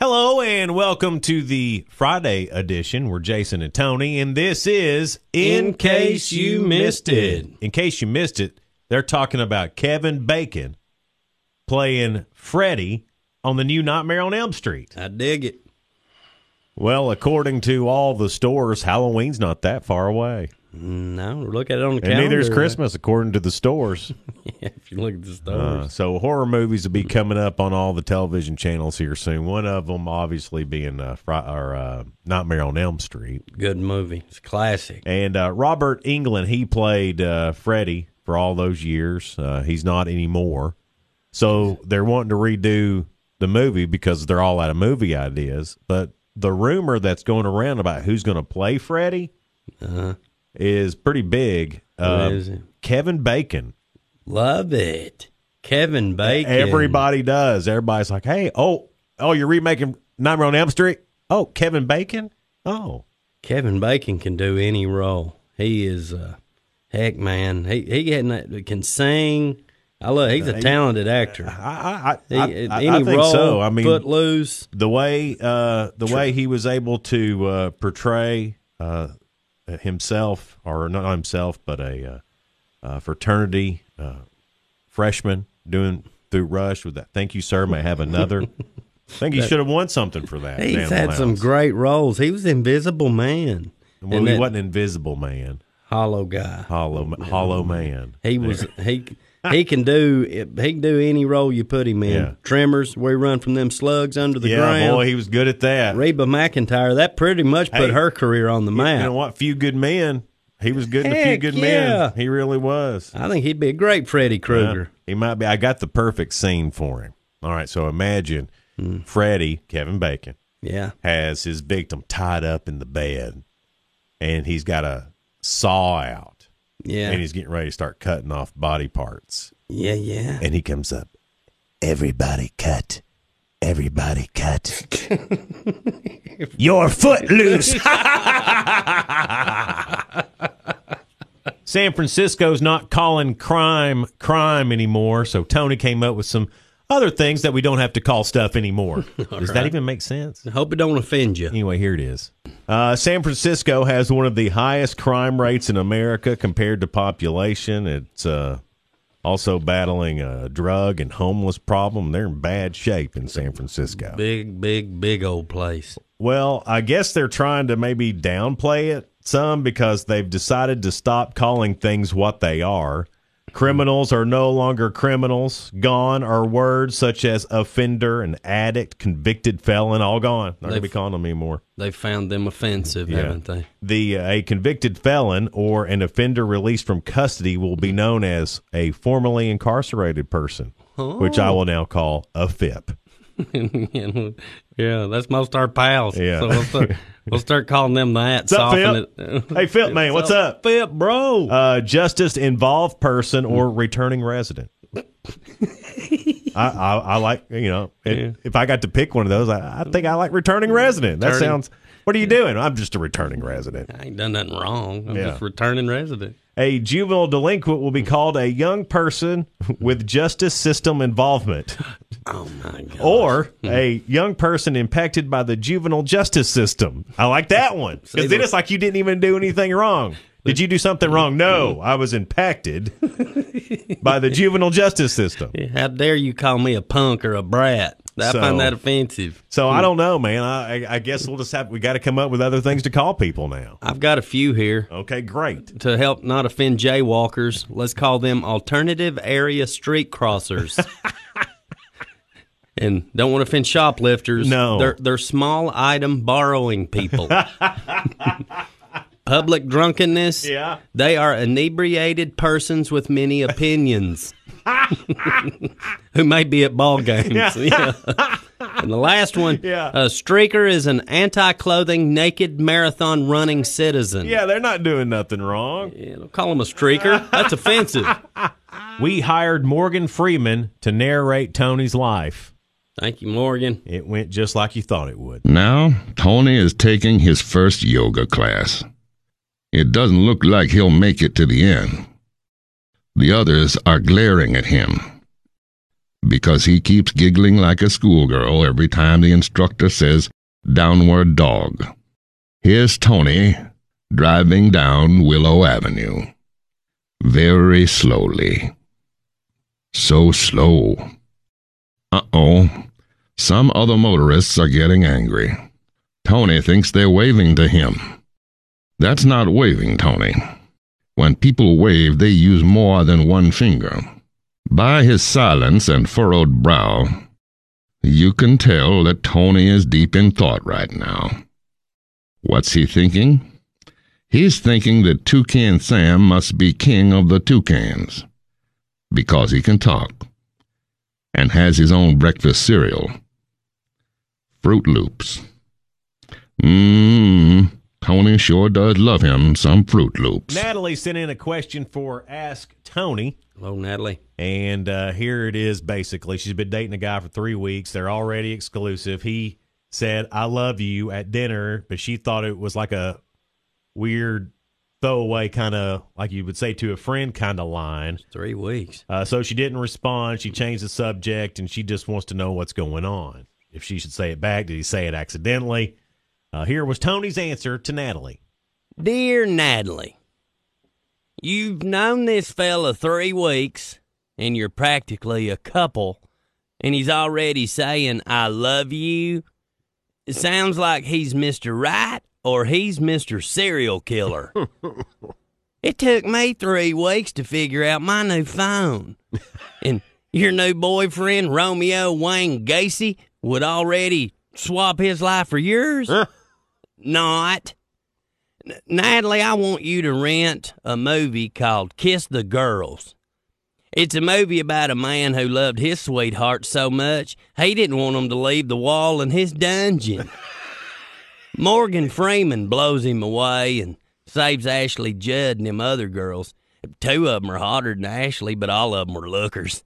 and welcome to the Friday edition. We're Jason and Tony, and this is In Case You Missed It. In case you missed it, they're talking about Kevin Bacon playing Freddy on the new Nightmare on Elm Street. I dig it. Well, according to all the stores, Halloween's not that far away. No, look at it on the And calendar. neither is Christmas, according to the stores. if you look at the Uh, stars. so horror movies will be coming up on all the television channels here soon. One of them, obviously, being uh, Fri- or, uh, Nightmare on Elm Street. Good movie. It's classic. And uh, Robert England, he played uh, Freddy for all those years. Uh, he's not anymore. So they're wanting to redo the movie because they're all out of movie ideas. But the rumor that's going around about who's going to play Freddy is pretty big. Um, is Uh-huh. it? Kevin Bacon. Love it. Kevin Bacon. E-, Everybody does. Everybody's like, hey, oh, oh, you're remaking Nightmare on Elm Street? Oh, Kevin Bacon? Oh. Kevin Bacon can do any role. He is a heck man. He he had no- can sing. I love. He's a talented actor. I, I, He, I, I, any I think role, so. I mean, Footloose. the way uh, the way he was able to uh, portray uh, himself, or not himself, but a uh, uh, fraternity uh, freshman doing through Rush with that. Thank you, sir. May I have another. I think he should have won something for that. He's damn had some louse. great roles. He was Invisible Man. Well, and he that wasn't invisible, man. Hollow guy. Hollow, hollow man. He was he he can do he can do any role you put him in. Yeah. Tremors, where he run from them slugs under the yeah, ground. boy, he was good at that. Reba McIntyre, that pretty much put Hey, her career on the You map. know what? Few good men. He was good in a few Heck good yeah. men. He really was. I think he'd be a great Freddy Krueger. Yeah, he might be. I got the perfect scene for him. All right, so imagine Freddie, Kevin Bacon, Yeah. has his victim tied up in the bed, and he's got a saw out, Yeah. and he's getting ready to start cutting off body parts. yeah, yeah. And he comes up, everybody cut, everybody cut. Your foot loose. San Francisco's not calling crime crime anymore, so Tony came up with some other things that we don't have to call stuff anymore. Does that even make sense? Hope it don't offend you. Anyway, here it is. Uh, San Francisco has one of the highest crime rates in America compared to population. It's uh, also battling a drug and homeless problem. They're in bad shape in San Francisco. Big, big, big old place. Well, I guess they're trying to maybe downplay it some because they've decided to stop calling things what they are. Criminals are no longer criminals. Gone are words such as offender and addict, convicted felon, all gone. Not going to be They've- calling them anymore. They found them offensive, haven't they? The uh, a convicted felon or an offender released from custody will be known as a formerly incarcerated person, which I will now call a FIP. yeah, that's most our pals. Yeah. So we'll start, we'll start calling them that. What's up, soften FIP? hey, FIP man, what's up? Fip, bro. Uh, justice involved person or returning resident. I, I I like you know if, if I got to pick one of those, I, I think I like returning resident. That Returning. sounds. What are you doing? I'm just a returning resident. I ain't done nothing wrong. I'm Yeah. just returning resident. A juvenile delinquent will be called a young person with justice system involvement. Oh my god. or a young person impacted by the juvenile justice system. I like that one because then it's like you didn't even do anything wrong. Did you do something wrong? No, I was impacted by the juvenile justice system. Oh, How dare you call me a punk or a brat? I So- find that offensive. So I don't know, man. I, I- I guess we'll just have we got to come up with other things to call people now. I've got a few here Okay, great. to help not offend jaywalkers. Let's call them alternative area street crossers. and don't want to offend shoplifters. No. They're they're small item borrowing people. Public drunkenness. Yeah. They are inebriated persons with many opinions who may be at ball games. Yeah. And the last one, Yeah. a streaker is an anti-clothing naked marathon running citizen. Yeah, they're not doing nothing wrong. Yeah, don't call him a streaker. That's offensive. We hired Morgan Freeman to narrate Tony's life. Thank you, Morgan. It went just like you thought it would. Now, Tony is taking his first yoga class. It doesn't look like he'll make it to the end. The others are glaring at him because he keeps giggling like a schoolgirl every time the instructor says Downward Dog. Here's Tony driving down Willow Avenue. Very slowly. So slow. Uh oh. Some other motorists are getting angry. Tony thinks they're waving to him. That's not waving, Tony. When people wave, they use more than one finger. By his silence and furrowed brow, you can tell that Tony is deep in thought right now. What's he thinking? He's thinking that Toucan Sam must be king of the toucans because he can talk and has his own breakfast cereal. Fruit Loops. Mmm, Tony sure does love him some Fruit Loops. Natalie sent in a question for Ask Tony. Hello, Natalie. And uh, here it is basically. She's been dating a guy for three weeks. They're already exclusive. He said, I love you at dinner, but she thought it was like a weird throwaway kind of, like you would say to a friend kind of line. Three weeks. Uh, so she didn't respond. She changed the subject and she just wants to know what's going on. If she should say it back, did he say it accidentally? Uh, here was Tony's answer to Natalie. Dear Natalie, you've known this fella three weeks, and you're practically a couple, and he's already saying, I love you. It sounds like he's Mr. Right or he's Mr. Serial Killer. it took me three weeks to figure out my new phone. and your new boyfriend, Romeo Wayne Gacy, would already swap his life for yours? Not. N- Natalie, I want you to rent a movie called Kiss the Girls. It's a movie about a man who loved his sweetheart so much he didn't want him to leave the wall in his dungeon. Morgan Freeman blows him away and saves Ashley Judd and them other girls. Two of them are hotter than Ashley, but all of them are lookers.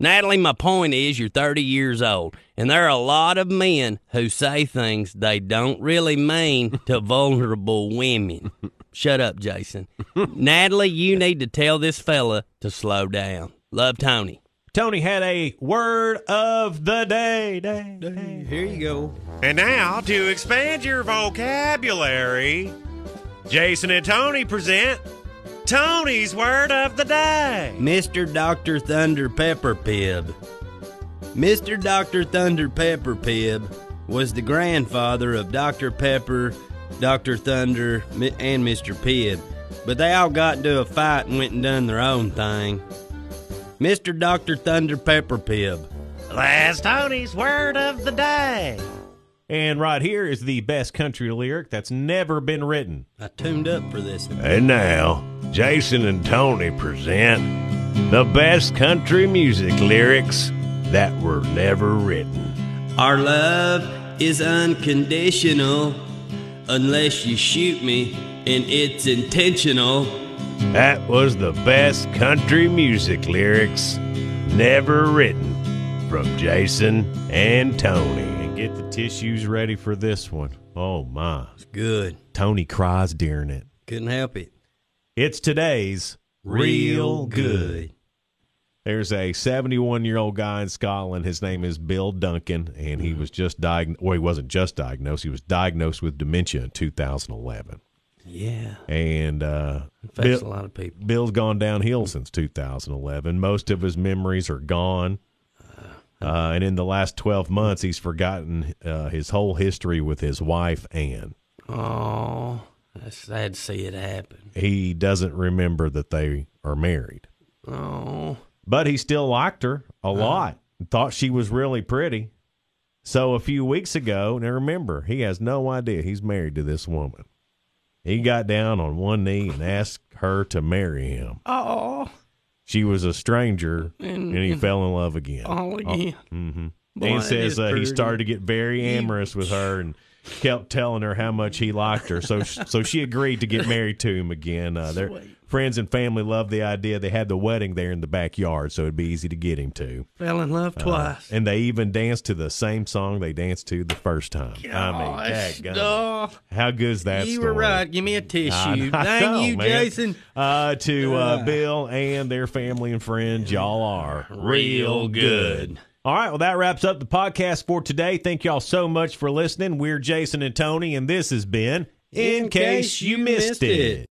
Natalie, my point is you're 30 years old, and there are a lot of men who say things they don't really mean to vulnerable women. Shut up, Jason. Natalie, you need to tell this fella to slow down. Love, Tony. Tony had a word of the day. day, day. Here you go. And now, to expand your vocabulary, Jason and Tony present Tony's Word of the Day. Mr. Dr. Thunder Pepper Pib. Mr. Dr. Thunder Pepper Pib was the grandfather of Dr. Pepper, Dr. Thunder, mi- and Mr. Pibb, but they all got into a fight and went and done their own thing. Mr. Dr. Thunder Pepper Pib. That's Tony's Word of the Day. And right here is the best country lyric that's never been written. I tuned up for this. And now, Jason and Tony present the best country music lyrics that were never written. Our love is unconditional unless you shoot me, and it's intentional. That was the best country music lyrics never written from Jason and Tony. And get the tissues ready for this one. Oh my. Good. Tony cries during it. Couldn't help it. It's today's There's a 71 year old guy in Scotland. His name is Bill Duncan, and he was just diagnosed. Well, he wasn't just diagnosed. He was diagnosed with dementia in 2011. Yeah. And uh, Affects Bill- a lot of people. Bill's gone downhill since 2011. Most of his memories are gone. Uh, and in the last 12 months, he's forgotten uh, his whole history with his wife, Anne. Oh, that's sad to see it happen. He doesn't remember that they are married, Oh. but he still liked her a lot and thought she was really pretty. So a few weeks ago, now remember, he has no idea he's married to this woman. He got down on one knee and asked her to marry him. Oh. She was a stranger, and, he fell in love again. All again. and that says is uh, he pretty. started to get very amorous with her and kept telling her how much he liked her. So so she agreed to get married to him again. Uh, their friends and family loved the idea. They had the wedding there in the backyard, so it'd be easy to get him to. Fell in Uh, love twice. And they even danced to the same song they danced to the first time. I mean, Gosh, daggone. oh, how good's that? you story? were right. Give me a I tissue. know, Thank you, man. Jason. Ah. Uh, to uh, Bill and their family and friends, y'all are Real good. All right, well, that wraps up the podcast for today. Thank y'all so much for listening. We're Jason and Tony, and this has been In Case You Missed It.